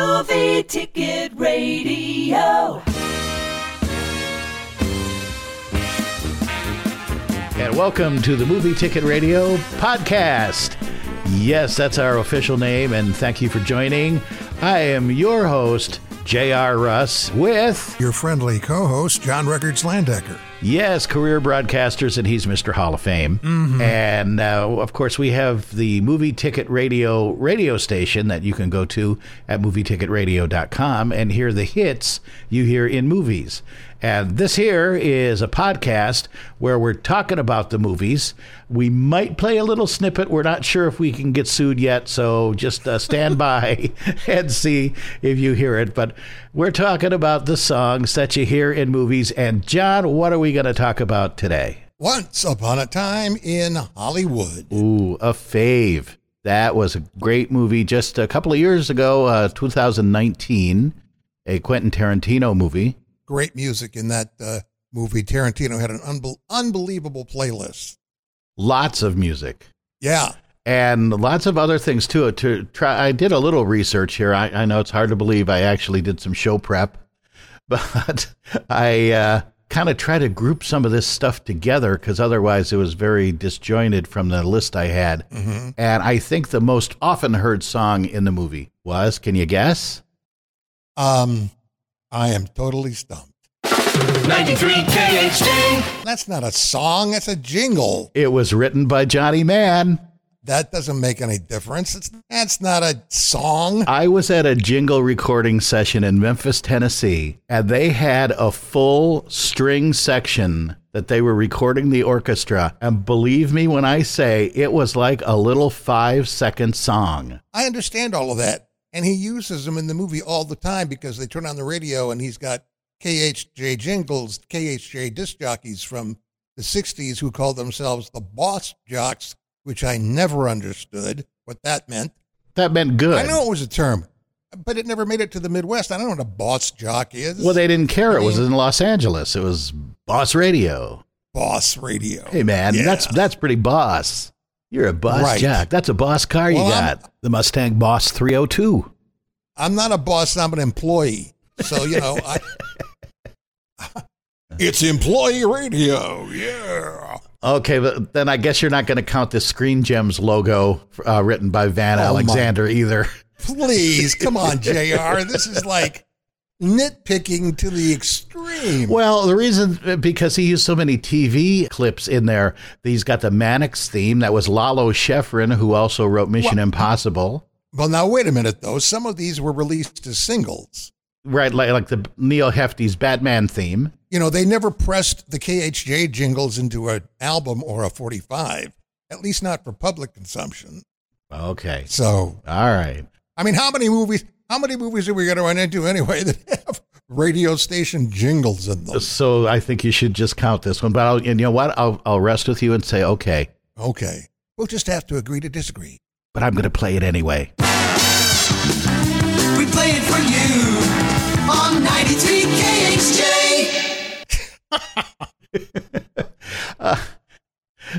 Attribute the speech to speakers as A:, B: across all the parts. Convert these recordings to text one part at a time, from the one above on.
A: Movie Ticket Radio.
B: And welcome to the Movie Ticket Radio podcast. Yes, that's our official name, and thank you for joining. I am your host, J.R. Russ, with,
C: your friendly co-host John Records Landecker.
B: yes, career broadcasters, and he's Mr. Hall of Fame. And uh, of course, we have the Movie Ticket Radio radio station that you can go to at movieticket.radio.com and hear the hits you hear in movies. And this here is a podcast where we're talking about the movies. We might play a little snippet. We're not sure if we can get sued yet, so just uh, stand by and see if you hear it. But we're talking about the songs that you hear in movies. And John, what are we going to talk about today?
C: Once upon a time in Hollywood.
B: Ooh, a fave. That was a great movie just a couple of years ago, uh, 2019, a Quentin Tarantino movie.
C: Great music in that uh, movie. Tarantino had an unbel- unbelievable playlist.
B: Lots of music.
C: Yeah,
B: and lots of other things too. To try, I did a little research here. I, I know it's hard to believe I actually did some show prep, but I uh, kind of try to group some of this stuff together because otherwise it was very disjointed from the list I had. And I think the most often heard song in the movie was, can you guess?
C: um, I am totally stumped.
D: 93 KHD.
C: That's not a song. That's a jingle.
B: It was written by Johnny Mann.
C: That doesn't make any difference. It's, that's not a song.
B: I was at a jingle recording session in Memphis, Tennessee, and they had a full string section that they were recording the orchestra. And believe me when I say it was like a little five second song.
C: I understand all of that, and he uses them in the movie all the time because they turn on the radio and he's got KHJ jingles, KHJ disc jockeys from the '60s who called themselves the Boss Jocks, which I never understood what that meant.
B: That meant good.
C: I know it was a term, but it never made it to the Midwest. I don't know what a Boss Jock is.
B: Well, they didn't care. It was in Los Angeles. It was boss radio.
C: Boss Radio.
B: Hey, man,
C: Yeah.
B: that's that's pretty boss. You're a boss
C: Right.
B: jack. That's a boss car you
C: Well, I'm-
B: got. the Mustang Boss 302.
C: I'm not a boss. I'm an employee. So you know, I, it's employee radio. Yeah.
B: Okay, but then I guess you're not going to count the Screen Gems logo uh, written by Van
C: Oh, my.
B: Alexander either.
C: Please, come on, JR. This is like nitpicking to the extreme.
B: Well, the reason because he used so many TV clips in there. He's got the Mannix theme that was Lalo Schifrin, who also wrote Mission Impossible,
C: Well, now, wait a minute, though. Some of these were released as singles.
B: right? Like like the Neil Hefty's Batman theme.
C: You know, they never pressed the KHJ jingles into an album or a 45, at least not for public consumption.
B: Okay,
C: So,
B: all right.
C: I mean, how many movies? How many movies are we going to run into anyway that have radio station jingles in them?
B: So I think you should just count this one. But I'll, and you know what? I'll I'll rest with you and say okay.
C: Okay, we'll just have to agree to disagree.
B: But I'm going to play it anyway.
D: We play it for you on 93 KHJ.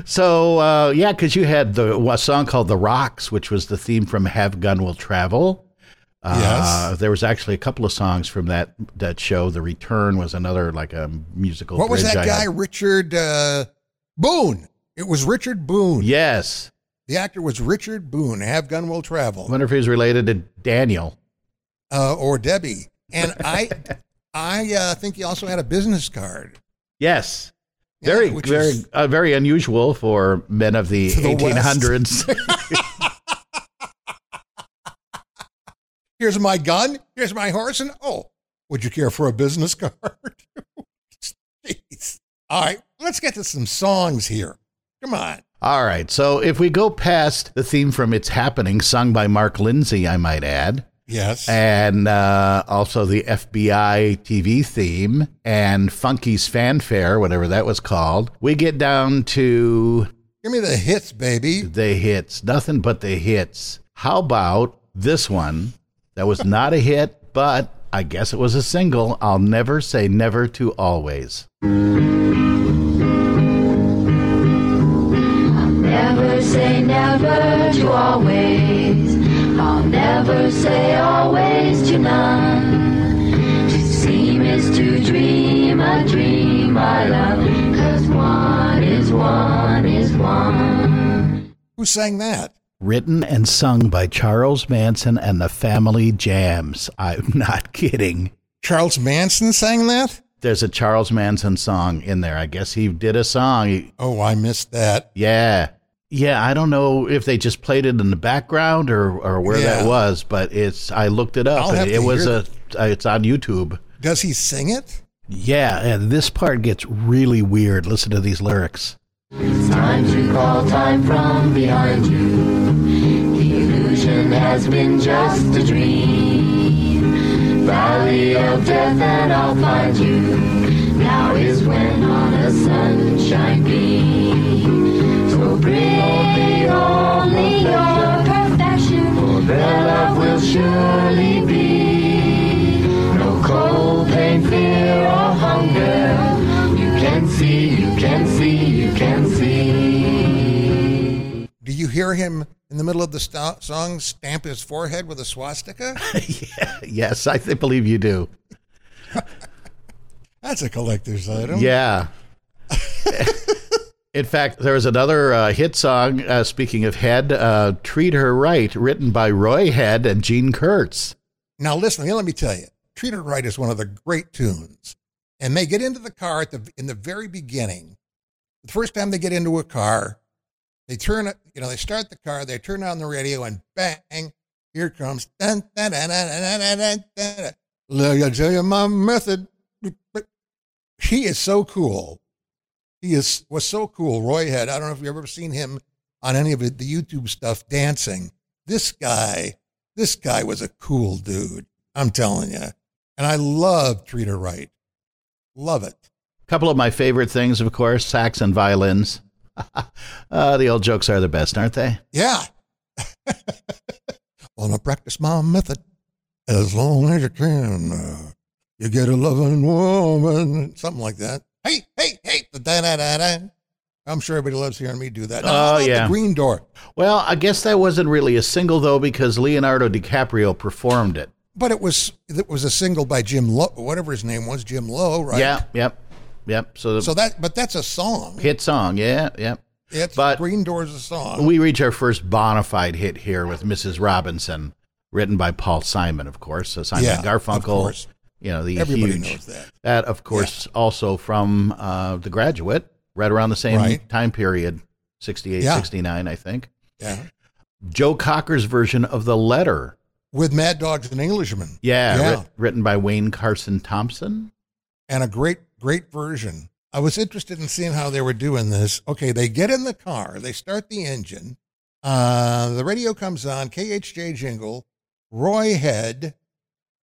B: So uh, yeah, because you had the a song called "The Rocks," which was the theme from "Have Gun Will Travel." Uh, There was actually a couple of songs from that that show. "The Return" was another like a musical.
C: What was
B: bridge
C: that
B: I
C: guy,
B: had.
C: Richard uh, Boone? It was Richard Boone.
B: Yes,
C: The actor was Richard Boone. Have Gun Will
B: I
C: Travel,
B: wonder if he was related to Daniel.
C: uh, or Debbie. And I, I uh, think he also had a business card.
B: Yes,
C: Yeah,
B: very
C: which
B: very
C: is-
B: uh, very unusual for men of the
C: To the West.
B: eighteen hundreds.
C: Here's my gun. Here's my horse. And oh, would you care for a business card? Jeez. All right, let's get to some songs here. Come on.
B: All right, so if we go past the theme from "It's Happening," sung by Mark Lindsay, I might add.
C: Yes.
B: and uh, also the FBI TV theme and Funky's Fanfare, whatever that was called. We get down to
C: Give me the hits, baby.
B: the hits, nothing but the hits. How about this one that was not a hit, but I guess it was a single? I'll never say never to always.
E: Never say never to always. I'll never say always to none. Seem is to dream a dream, my love. Cause one is one is one.
C: Who sang that?
B: Written and sung by Charles Manson and the Family Jams. I'm not kidding.
C: Charles Manson sang that?
B: There's a Charles Manson song in there. I guess he did a song.
C: Oh, I missed that.
B: Yeah. Yeah, I don't know if they just played it in the background or, or where
C: Yeah.
B: that was, but it's I looked it up
C: I'll
B: and
C: have
B: it
C: to
B: was
C: hear
B: a uh, it's on YouTube.
C: Does he sing it?
B: Yeah, and this part gets really weird. Listen to these lyrics.
E: It's time to call time from behind you. The illusion has been just a dream. Valley of death, and I'll find you. Now is when on a sunshine beam. So bring only your perfection, for their love will surely be. No cold, pain, fear, or hunger. You can see, you can see, you can see.
C: Do you hear him in the middle of the sto- song stamp his forehead with a swastika?
B: yes, I th- believe you do.
C: That's a collector's item.
B: Yeah. Um. In fact, there was another uh, hit song, uh, speaking of Head, uh, Treat Her Right, written by Roy Head and Gene Kurtz.
C: Now listen, here, let me tell you. Treat It Right is one of the great tunes. And they get into the car at the in the very beginning. The first time they get into a car, they turn it, you know, they start the car, they turn on the radio and bang, here comes dun, dun, dun, dun, dun, dun, dun, dun, dun. Look, I'll tell you my method. But he is so cool. He is was so cool. Roy Head. I don't know if you've ever seen him on any of the YouTube stuff dancing. This guy this guy was a cool dude. I'm telling you. And I love Treat Her Right. Love it.
B: A couple of my favorite things, of course, sax and violins. uh, the old jokes are the best, aren't they?
C: Yeah. Wanna practice my method as long as you can. uh, You get a loving woman, something like that. Hey, hey, hey, da da da da. I'm sure everybody loves hearing me do that. No, how
B: Oh,
C: about
B: yeah.
C: The green door.
B: Well, I guess that wasn't really a single, though, because Leonardo DiCaprio performed it.
C: But it was it was a single by Jim Lowe, whatever his name was, Jim Lowe, right?
B: Yeah, yep, yep. So the
C: So that, but that's a song.
B: hit song, yeah, yep.
C: It's
B: But-
C: Green Door's a song.
B: We reach our first bona fide hit here with Mrs. Robinson, written by Paul Simon, of course. So Simon
C: Yeah,
B: and
C: of
B: Garfunkel.
C: course.
B: You know, the
C: Everybody
B: huge-
C: knows that.
B: That, of course, also from uh, The Graduate, right around the same
C: Right.
B: time period, 68,
C: Yeah.
B: 69, I think.
C: yeah.
B: Joe Cocker's version of The Letter.
C: with Mad Dogs and Englishmen.
B: Yeah,
C: Yeah.
B: writ- written by Wayne Carson Thompson.
C: And a great, great version. I was interested in seeing how they were doing this. Okay, they get in the car, they start the engine. Uh, the radio comes on, KHJ jingle, Roy Head,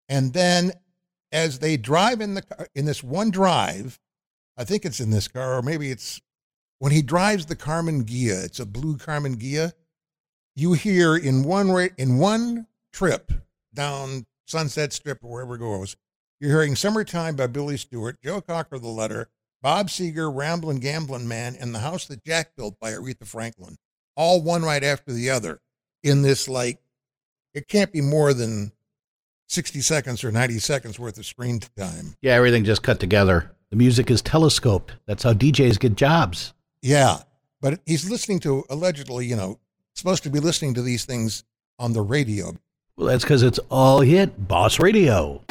C: and then as they drive in the car, in this one drive, I think it's in this car, or maybe it's when he drives the Carmen Ghia. It's a blue Carmen Ghia. You hear in one ra- in one trip down Sunset Strip or wherever it goes, you're hearing "Summertime" by Billy Stewart, Joe Cocker, The Letter, Bob Seger, Ramblin' Gamblin' Man, and The House That Jack Built by Aretha Franklin, all one right after the other. In this, like, it can't be more than sixty seconds or ninety seconds worth of screen time.
B: Yeah, everything just cut together. The music is telescoped. That's how DJs get jobs.
C: Yeah, but he's listening to allegedly, you know, supposed to be listening to these things on the radio.
B: Well, that's because it's all hit Boss Radio.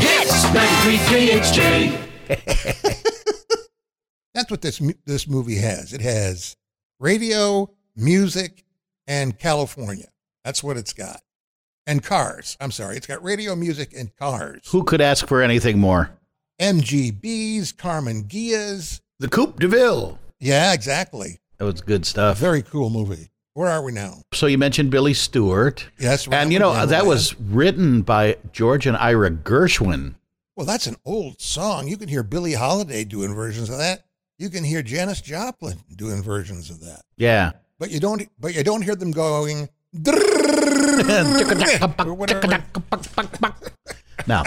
D: Hits 93 KXJ.
C: That's what this mu- this movie has. It has radio, music, and California. That's what it's got, and cars. I'm sorry, it's got radio, music, and cars.
B: Who could ask for anything more?
C: MGBs, Carmen Gias.
B: The Coupe de Ville.
C: Yeah, exactly.
B: That was good stuff.
C: Very cool movie. Where are we now?
B: So you mentioned Billy Stewart.
C: Yes, we're
B: And you
C: now-
B: know, that was written by George and Ira Gershwin.
C: well. That's an old song. You can hear Billie Holiday doing versions of that. You can hear Janis Joplin doing versions of that.
B: Yeah.
C: But you don't. But you don't hear them going. or whatever.
B: Now,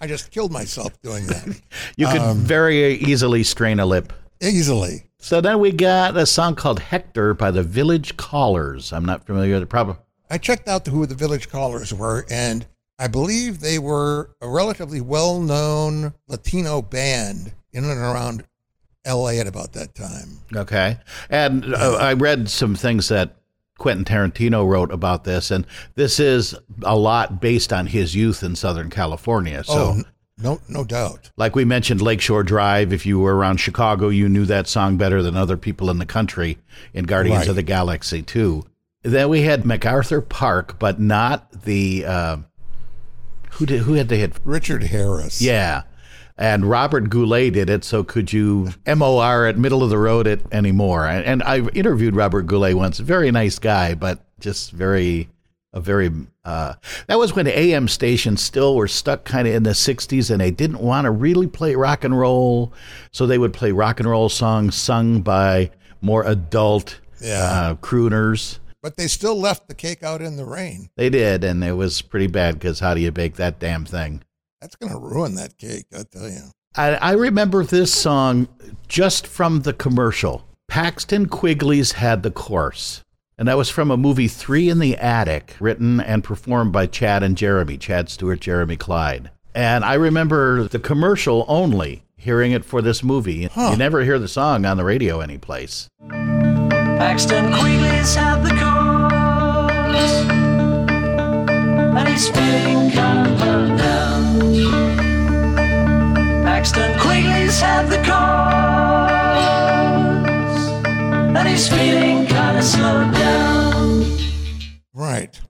C: I just killed myself doing that
B: you could very easily strain a lip.
C: easily.
B: So then we got a song called Hector by the Village Callers. I'm not familiar with the problem.
C: I checked out who the village callers were, and I believe they were a relatively well known Latino band in and around LA at about that time.
B: Okay. And uh, I read some things that Quentin Tarantino wrote about this, and this is a lot based on his youth in Southern California. So.
C: oh, no, no doubt.
B: Like we mentioned, Lakeshore Drive. If you were around Chicago, you knew that song better than other people in the country in Guardians
C: Right.
B: of the Galaxy 2. Then we had MacArthur Park, but not the. Uh, who did who had the hit?
C: Richard Harris.
B: Yeah. And Robert Goulet did it, so could you MOR at middle of the road at anymore? And, and I interviewed Robert Goulet once, very nice guy, but just very, a very, uh, that was when AM stations still were stuck kind of in the 60s and they didn't want to really play rock and roll. So they would play rock and roll songs sung by more adult
C: Yeah.
B: uh, crooners.
C: But they still left the cake out in the rain.
B: They did, and it was pretty bad because how do you bake that damn thing?
C: That's going to ruin that cake, I tell you.
B: I, I remember this song just from the commercial. Paxton Quigley's had the course. And that was from a movie, Three in the Attic, written and performed by Chad and Jeremy, Chad Stewart, Jeremy Clyde. And I remember the commercial only hearing it for this movie. You never hear the song on the radio anyplace.
F: Paxton Quigley's had the course, and he's feeling kind of down. Paxton Quigley's had the course, and he's feeling kind of slowed down.
C: Right.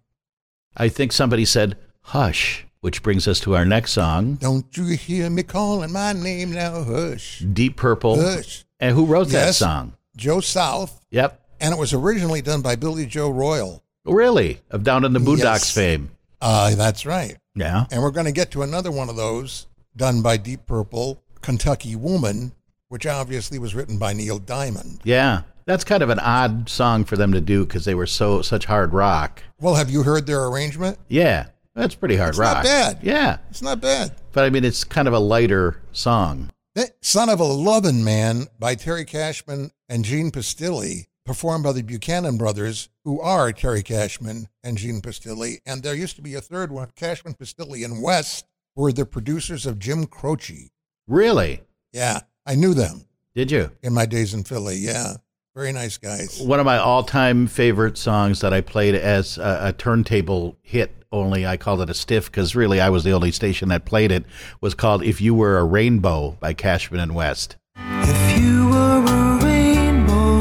B: I think somebody said, Hush, which brings us to our next song,
C: Don't you hear me calling my name now? Hush.
B: Deep Purple.
C: Hush.
B: And who wrote that
C: Yes.
B: song?
C: Joe South.
B: Yep.
C: And it was originally done by Billy Joe Royal.
B: Really? Of Down in the Boondocks
C: Yes.
B: fame.
C: Uh, that's right.
B: Yeah.
C: And we're going to get to another one of those done by Deep Purple, Kentucky Woman, which obviously was written by Neil Diamond.
B: Yeah. That's kind of an odd song for them to do because they were so such hard rock.
C: Well, have you heard their arrangement?
B: Yeah. That's pretty hard
C: It's
B: rock.
C: not bad.
B: Yeah.
C: It's not bad.
B: But I mean, it's kind of a lighter song.
C: That Son of a Lovin' Man by Terry Cashman and Gene Pistilli, performed by the Buchanan brothers, who are Terry Cashman and Gene Pistilli. And there used to be a third one, Cashman, Pistilli, and West were the producers of Jim Croce.
B: Really?
C: Yeah, I knew them
B: Did you?
C: in my days in Philly. Yeah, very nice guys.
B: One of my all time favorite songs that I played as a, a turntable hit only, I called it a stiff because really I was the only station that played it, was called If You Were a Rainbow by Cashman and West.
F: If you were a rainbow,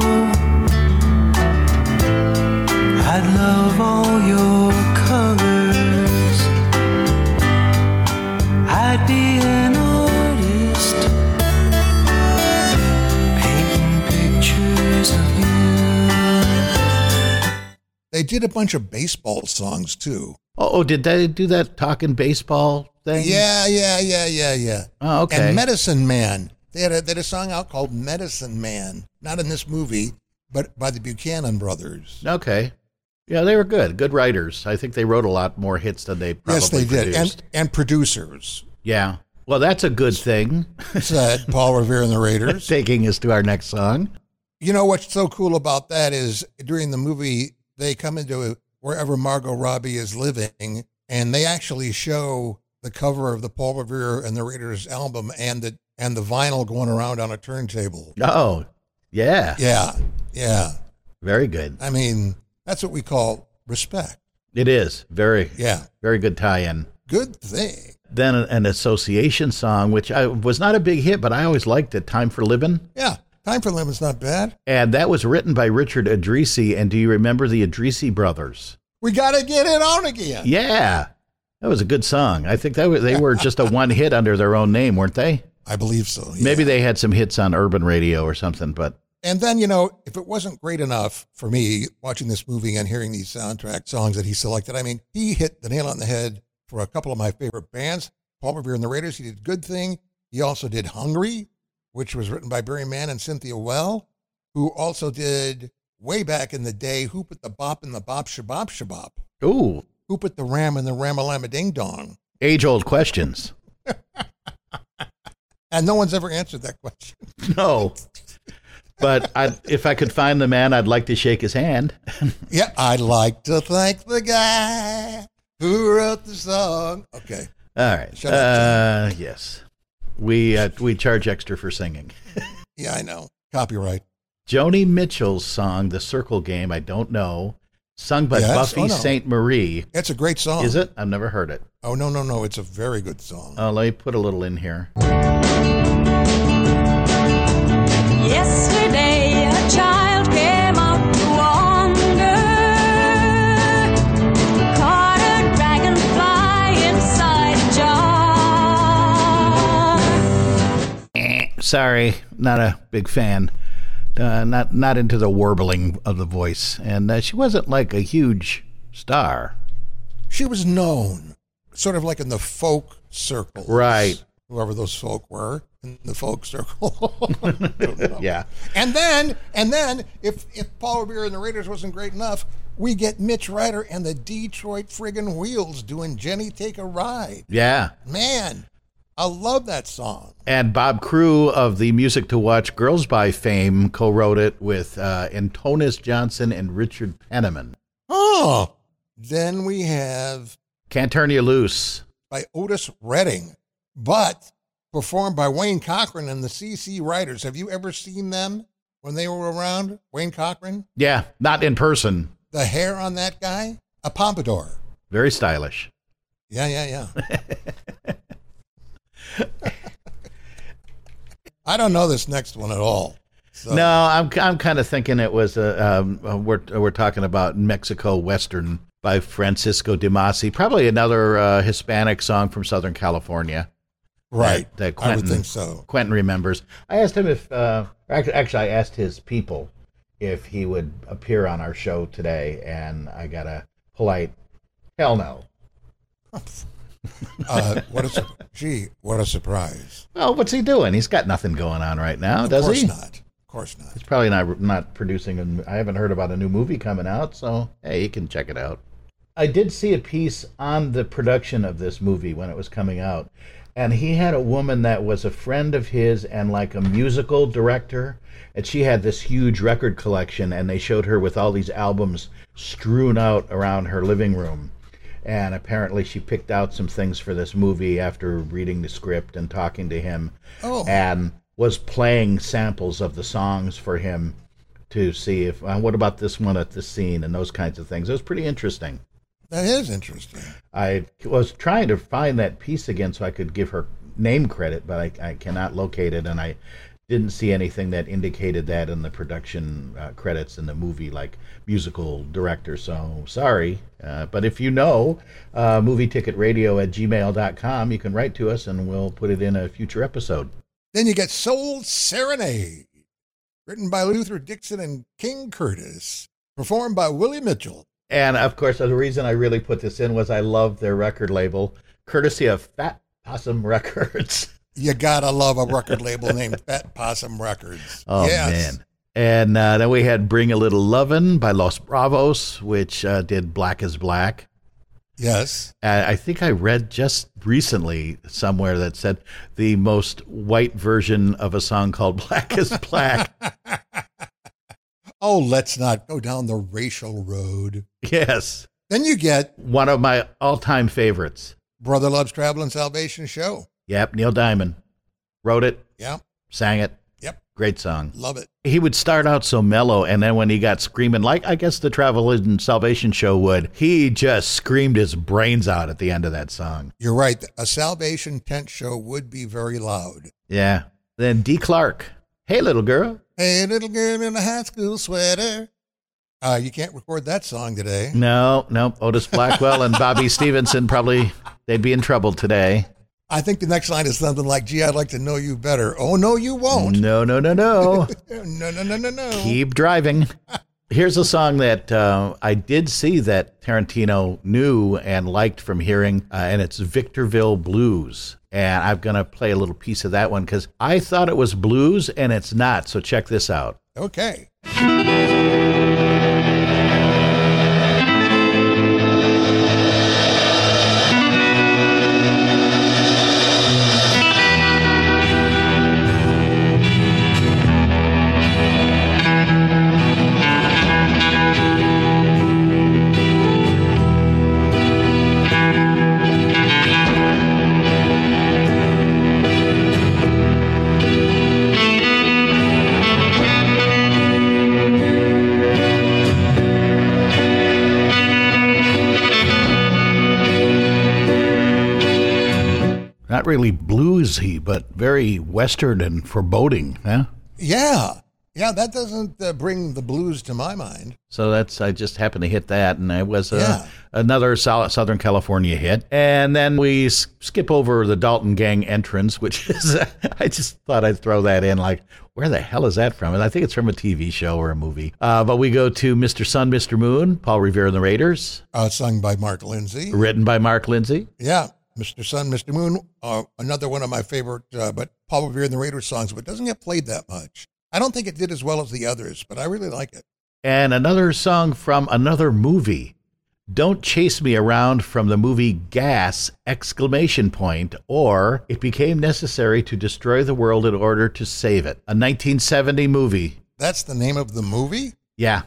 F: I'd love all your colors. I'd be an artist, painting pictures of you.
C: They did a bunch of baseball songs too.
B: Oh, oh did they do that talking baseball thing?
C: Yeah, yeah, yeah, yeah, yeah.
B: Oh, okay.
C: And Medicine Man. They had, a, they had a song out called Medicine Man, not in this movie, but by the Buchanan brothers.
B: Okay. Yeah, they were good. Good writers. I think they wrote a lot more hits than they probably
C: yes, they did.
B: produced.
C: And, and producers
B: yeah. Well, that's a good thing.
C: said Paul Revere and the Raiders.
B: Taking us to our next song.
C: You know what's so cool about that is during the movie, they come into wherever Margot Robbie is living, and they actually show the cover of the Paul Revere and the Raiders album and the and the vinyl going around on a turntable.
B: Oh, yeah.
C: Yeah, yeah.
B: Very good.
C: I mean, that's what we call respect.
B: It is. Very,
C: Yeah,
B: very good tie in.
C: good thing.
B: Then an association song, which I was not a big hit, but I always liked it Time for Living.
C: Yeah, time for lemon's not bad.
B: And that was written by Richard Adrisi. And do you remember the Adrisi brothers?
C: We gotta get it on again.
B: Yeah. That was a good song. I think that was, they were just a one hit under their own name, weren't they?
C: I believe so. yeah.
B: Maybe they had some hits on urban radio or something, but
C: And then, you know, if it wasn't great enough for me watching this movie and hearing these soundtrack songs that he selected, I mean, he hit the nail on the head for a couple of my favorite bands. Paul Revere and the Raiders, he did Good Thing. He also did Hungry, which was written by Barry Mann and Cynthia Well, who also did way back in the day Who Put the Bop in the Bop Shabop Shabop?
B: ooh,
C: Who Put the Ram in the Ramalama Ding Dong?
B: age old questions.
C: And no one's ever answered that question.
B: No. But I, if I could find the man, I'd like to shake his hand.
C: Yeah, I'd like to thank the guy who wrote the song. Okay.
B: All right.
C: Shut
B: uh, yes, we uh, we charge extra for singing.
C: Yeah, I know. Copyright.
B: Joni Mitchell's song "The Circle Game." I don't know, sung by
C: Yes?
B: Buffy
C: Oh, no. Oh.
B: Sainte Marie.
C: It's a great song.
B: Is it? I've never heard it.
C: Oh, no, no, no. It's a very good song.
B: Uh, let me put a little in here.
G: Yesterday, a child came out to wander, caught a dragonfly inside a jar.
B: Sorry, not a big fan. Uh, not not into the warbling of the voice, and uh, she wasn't like a huge star.
C: She was known, sort of like in the folk circle.
B: Right.
C: Whoever those folk were in the folk circle.
B: Yeah.
C: and then, and then, if if Paul Revere and the Raiders wasn't great enough, we get Mitch Ryder and the Detroit friggin' Wheels doing "Jenny Take a Ride."
B: Yeah.
C: Man, I love that song.
B: And Bob Crew of the Music to Watch Girls by fame co wrote it with uh, Antonis Johnson and Richard Penniman.
C: Oh, then we have
B: Can't Turn You Loose.
C: by Otis Redding, but performed by Wayne Cochran and the CC Riders. Have you ever seen them when they were around? Wayne Cochran,
B: Yeah, not in person.
C: the hair on that guy, a pompadour.
B: Very stylish.
C: Yeah, yeah, yeah. I don't know this next one at all. So,
B: No, I'm I'm kind of thinking it was a um, uh, we're we're talking about Mexico Western by Francisco Dimasi, probably another uh, Hispanic song from Southern California.
C: right?
B: that
C: I would
B: Quentin-
C: think so.
B: Quentin remembers. I asked him if, uh, act- actually, I asked his people if he would appear on our show today, and I got a polite hell no.
C: Uh, what a sur- gee, what a surprise!
B: Well, what's he doing? He's got nothing going on right now,
C: Of
B: does
C: course
B: he?
C: not. Of course not.
B: He's probably not not producing. And I haven't heard about a new movie coming out, so hey, you can check it out. I did see a piece on the production of this movie when it was coming out, and he had a woman that was a friend of his and like a musical director, and she had this huge record collection, and they showed her with all these albums strewn out around her living room. And apparently, she picked out some things for this movie after reading the script and talking to him
C: Oh,
B: and was playing samples of the songs for him to see if uh, what about this one at this scene and those kinds of things. It was pretty interesting.
C: that is interesting.
B: I was trying to find that piece again so I could give her name credit, but I, I cannot locate it, and I didn't see anything that indicated that in the production uh, credits in the movie, like musical director. So sorry. Uh, but if you know, uh, movieticket.radio at gmail.com, you can write to us and we'll put it in a future episode.
C: Then you get Soul Serenade, written by Luther Dixon and King Curtis, performed by Willie Mitchell.
B: And of course, the reason I really put this in was I love their record label, courtesy of Fat Possum Records.
C: You gotta love a record label named Fat Possum Records.
B: Oh man! And uh, then we had "Bring a Little Lovin'" by Los Bravos, which uh, did "Black Is Black."
C: Yes.
B: And I think I read just recently somewhere that said the most white version of a song called "Black Is Black."
C: Oh, let's not go down the racial road.
B: yes,
C: Then you get
B: one of my all-time favorites.
C: Brother Love's Travel and Salvation Show.
B: Yep, Neil Diamond wrote it,
C: Yeah.
B: sang it.
C: Yep.
B: Great song.
C: Love it.
B: he would start out so mellow and then when he got screaming like i guess the travel and salvation show would he just screamed his brains out at the end of that song
C: You're right. A Salvation Tent show would be very loud.
B: yeah then d clark hey little girl
C: Hey, little girl in a high school sweater. Uh, you can't record that song today.
B: no no otis blackwell and bobby stevenson probably they'd be in trouble today
C: I think the next line is something like, gee, I'd like to know you better. Oh, no, you won't.
B: no no no no
C: No, no, no, no, no.
B: keep driving here's a song that uh, i did see that tarantino knew and liked from hearing uh, and it's victorville blues and i'm going to play a little piece of that one because i thought it was blues and it's not so check this out
C: Okay.
B: really bluesy, but very Western and foreboding. Yeah.
C: Yeah. Yeah, that doesn't uh, bring the blues to my mind.
B: So that's I just happened to hit that, and it was uh,
C: Yeah.
B: another solid Southern California hit. And then we s- skip over the Dalton Gang entrance, which is I just thought I'd throw that in. Like, where the hell is that from? And I think it's from a TV show or a movie. Uh, but we go to Mr. Sun, Mr. Moon, Paul Revere and the Raiders,
C: Uh, sung by Mark Lindsay.
B: written by Mark Lindsay.
C: Yeah, Mr. Sun, Mr. Moon, uh, another one of my favorite, uh, but Paul Revere and the Raiders songs, but doesn't get played that much. I don't think it did as well as the others, but I really like it.
B: and another song from another movie don't chase me around from the movie gas exclamation point or it became necessary to destroy the world in order to save it a 1970 movie
C: That's the name of the movie.
B: yeah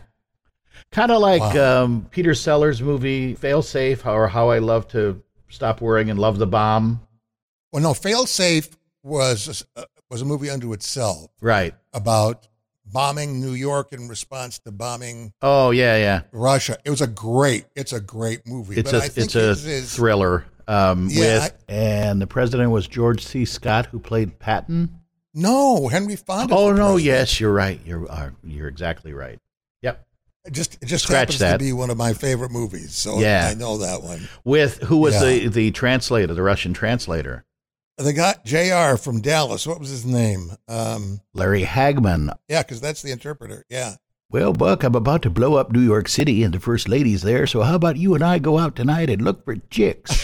B: kind of like um, peter sellers movie fail safe or how i love to stop worrying and love the bomb
C: Well, no, Fail Safe was uh, was a movie unto itself
B: right
C: about bombing New York in response to bombing
B: oh yeah yeah
C: Russia. It was a great. It's a great movie.
B: it's
C: but
B: a
C: I think
B: it's a
C: it is-
B: thriller um,
C: Yeah,
B: with
C: I-
B: and the president was george c scott who played patton
C: No, Henry Fonda.
B: Oh no! Yes, you're right. You're are, you're exactly right. Yep.
C: It just it just
B: Scratch
C: happens
B: that.
C: to be one of my favorite movies. So
B: Yeah.
C: I know that one.
B: With who was
C: Yeah.
B: the the translator, the Russian translator,
C: They got Jr. from Dallas. What was his name? Um,
B: Larry Hagman.
C: yeah, because that's the interpreter. Yeah,
B: Well, Buck, I'm about to blow up New York City, and the first lady's there. So how about you and I go out tonight and look for chicks?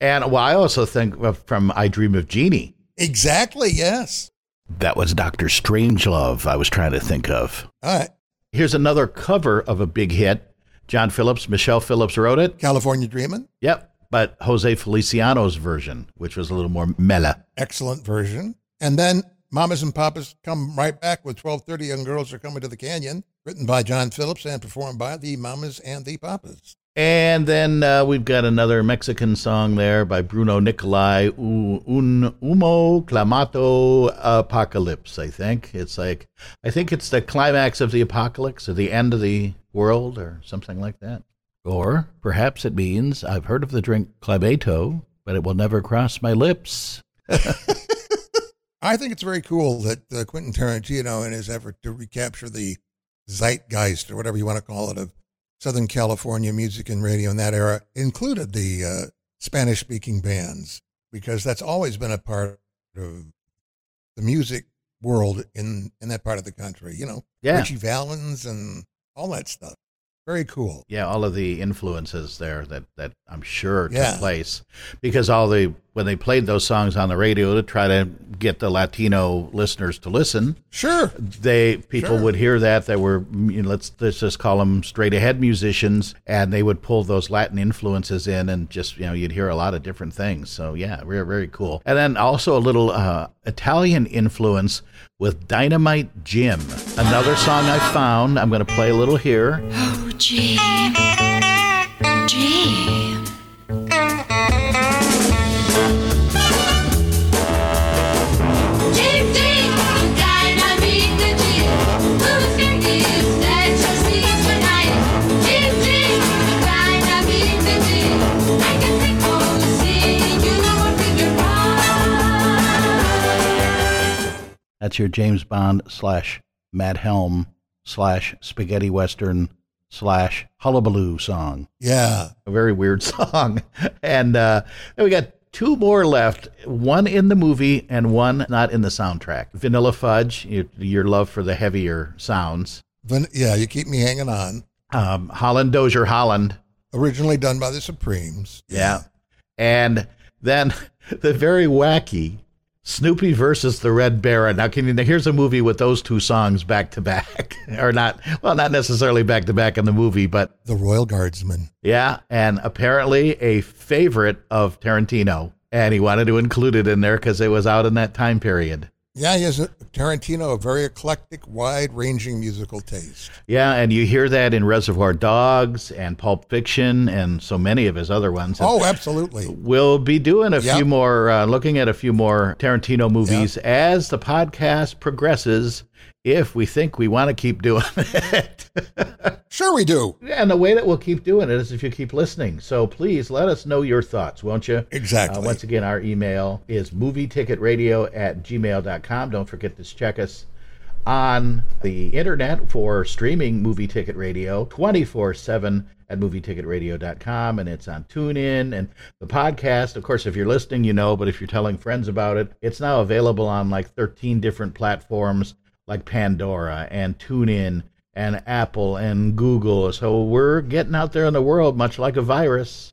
B: and well, I also think of- from I Dream of Jeannie.
C: exactly. Yes.
B: That was Doctor Strangelove. I was trying to think of.
C: All right.
B: Here's another cover of a big hit. John Phillips, Michelle Phillips wrote it.
C: California Dreamin',
B: Yep. But Jose Feliciano's version, which was a little more mela.
C: excellent version. And then Mamas and Papas come right back with 12:30 Young Girls Are Coming to the Canyon, written by John Phillips and performed by the Mamas and the Papas.
B: And then uh, we've got another Mexican song there by Bruno Nicolai, U- Un Humo Clamato Apocalypse, I think. It's like, I think it's the climax of the apocalypse or the end of the world or something like that. Or perhaps it means I've heard of the drink Clamato, but it will never cross my lips.
C: I think it's very cool that uh, Quentin Tarantino, in his effort to recapture the zeitgeist or whatever you want to call it of Southern California music and radio in that era, included the uh, Spanish speaking bands because that's always been a part of the music world in, in that part of the country. You know,
B: Yeah.
C: Richie Valens and all that stuff. Very cool.
B: Yeah, all of the influences there that, that I'm sure took
C: Yeah.
B: place because all the when they played those songs on the radio to try to get the Latino listeners to listen,
C: Sure.
B: they people
C: Sure.
B: would hear that they were you know, let's let's just call them straight ahead musicians, and they would pull those Latin influences in, and just you know you'd hear a lot of different things. So yeah, very very cool. And then also a little uh, Italian influence with Dynamite Jim, another song I found. I'm going to play a little here.
G: Oh, Jim. Jim.
H: Jim, Jim, dynamite Jim. Who's your gift that you see tonight? Jim, Jim, dynamite Jim. I can think of seeing you working your
B: That's your James Bond slash Mad Helm slash Spaghetti Western slash Hullabaloo song.
C: Yeah.
B: A very weird song. And uh, then we got two more left one in the movie and one not in the soundtrack. Vanilla Fudge, your, your love for the heavier sounds.
C: Van- yeah, you keep me hanging on.
B: Um, Holland Dozier Holland.
C: Originally done by the Supremes.
B: And then the very wacky Snoopy versus the Red Baron. Now, can you, now here's a movie with those two songs back to back, or not? Well, not necessarily back to back in the movie, but
C: The Royal Guardsmen.
B: yeah. And apparently a favorite of Tarantino, and he wanted to include it in there because it was out in that time period.
C: Yeah, he has a, Tarantino a very eclectic, wide-ranging musical taste.
B: Yeah, and you hear that in Reservoir Dogs and Pulp Fiction and so many of his other ones. And
C: Oh, absolutely.
B: We'll be doing a
C: Yep.
B: few more, uh, looking at a few more Tarantino movies as the podcast progresses. if we think we want to keep doing it.
C: Sure, we do.
B: and the way that we'll keep doing it is if you keep listening. So please let us know your thoughts, won't you?
C: Exactly.
B: Uh, once again, our email is movieticket.radio at gmail.com. Don't forget to check us on the internet for streaming Movie Ticket Radio 24 7 at movieticket.radio.com and it's on TuneIn and the podcast. Of course, if you're listening, you know, but if you're telling friends about it, it's now available on like 13 different platforms like Pandora and TuneIn and Apple and Google. So we're getting out there in the world, much like a virus.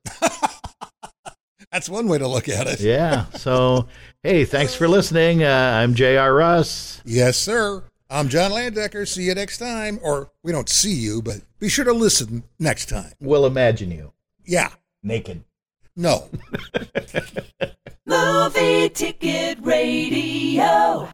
C: That's one way to look at it.
B: Yeah. So, hey, thanks for listening. Uh, I'm J.R. Russ.
C: Yes, sir. I'm John Landecker. See you next time. Or we don't see you, but be sure to listen next time.
B: We'll imagine you
C: Yeah.
B: naked.
C: No.
A: Movie Ticket Radio.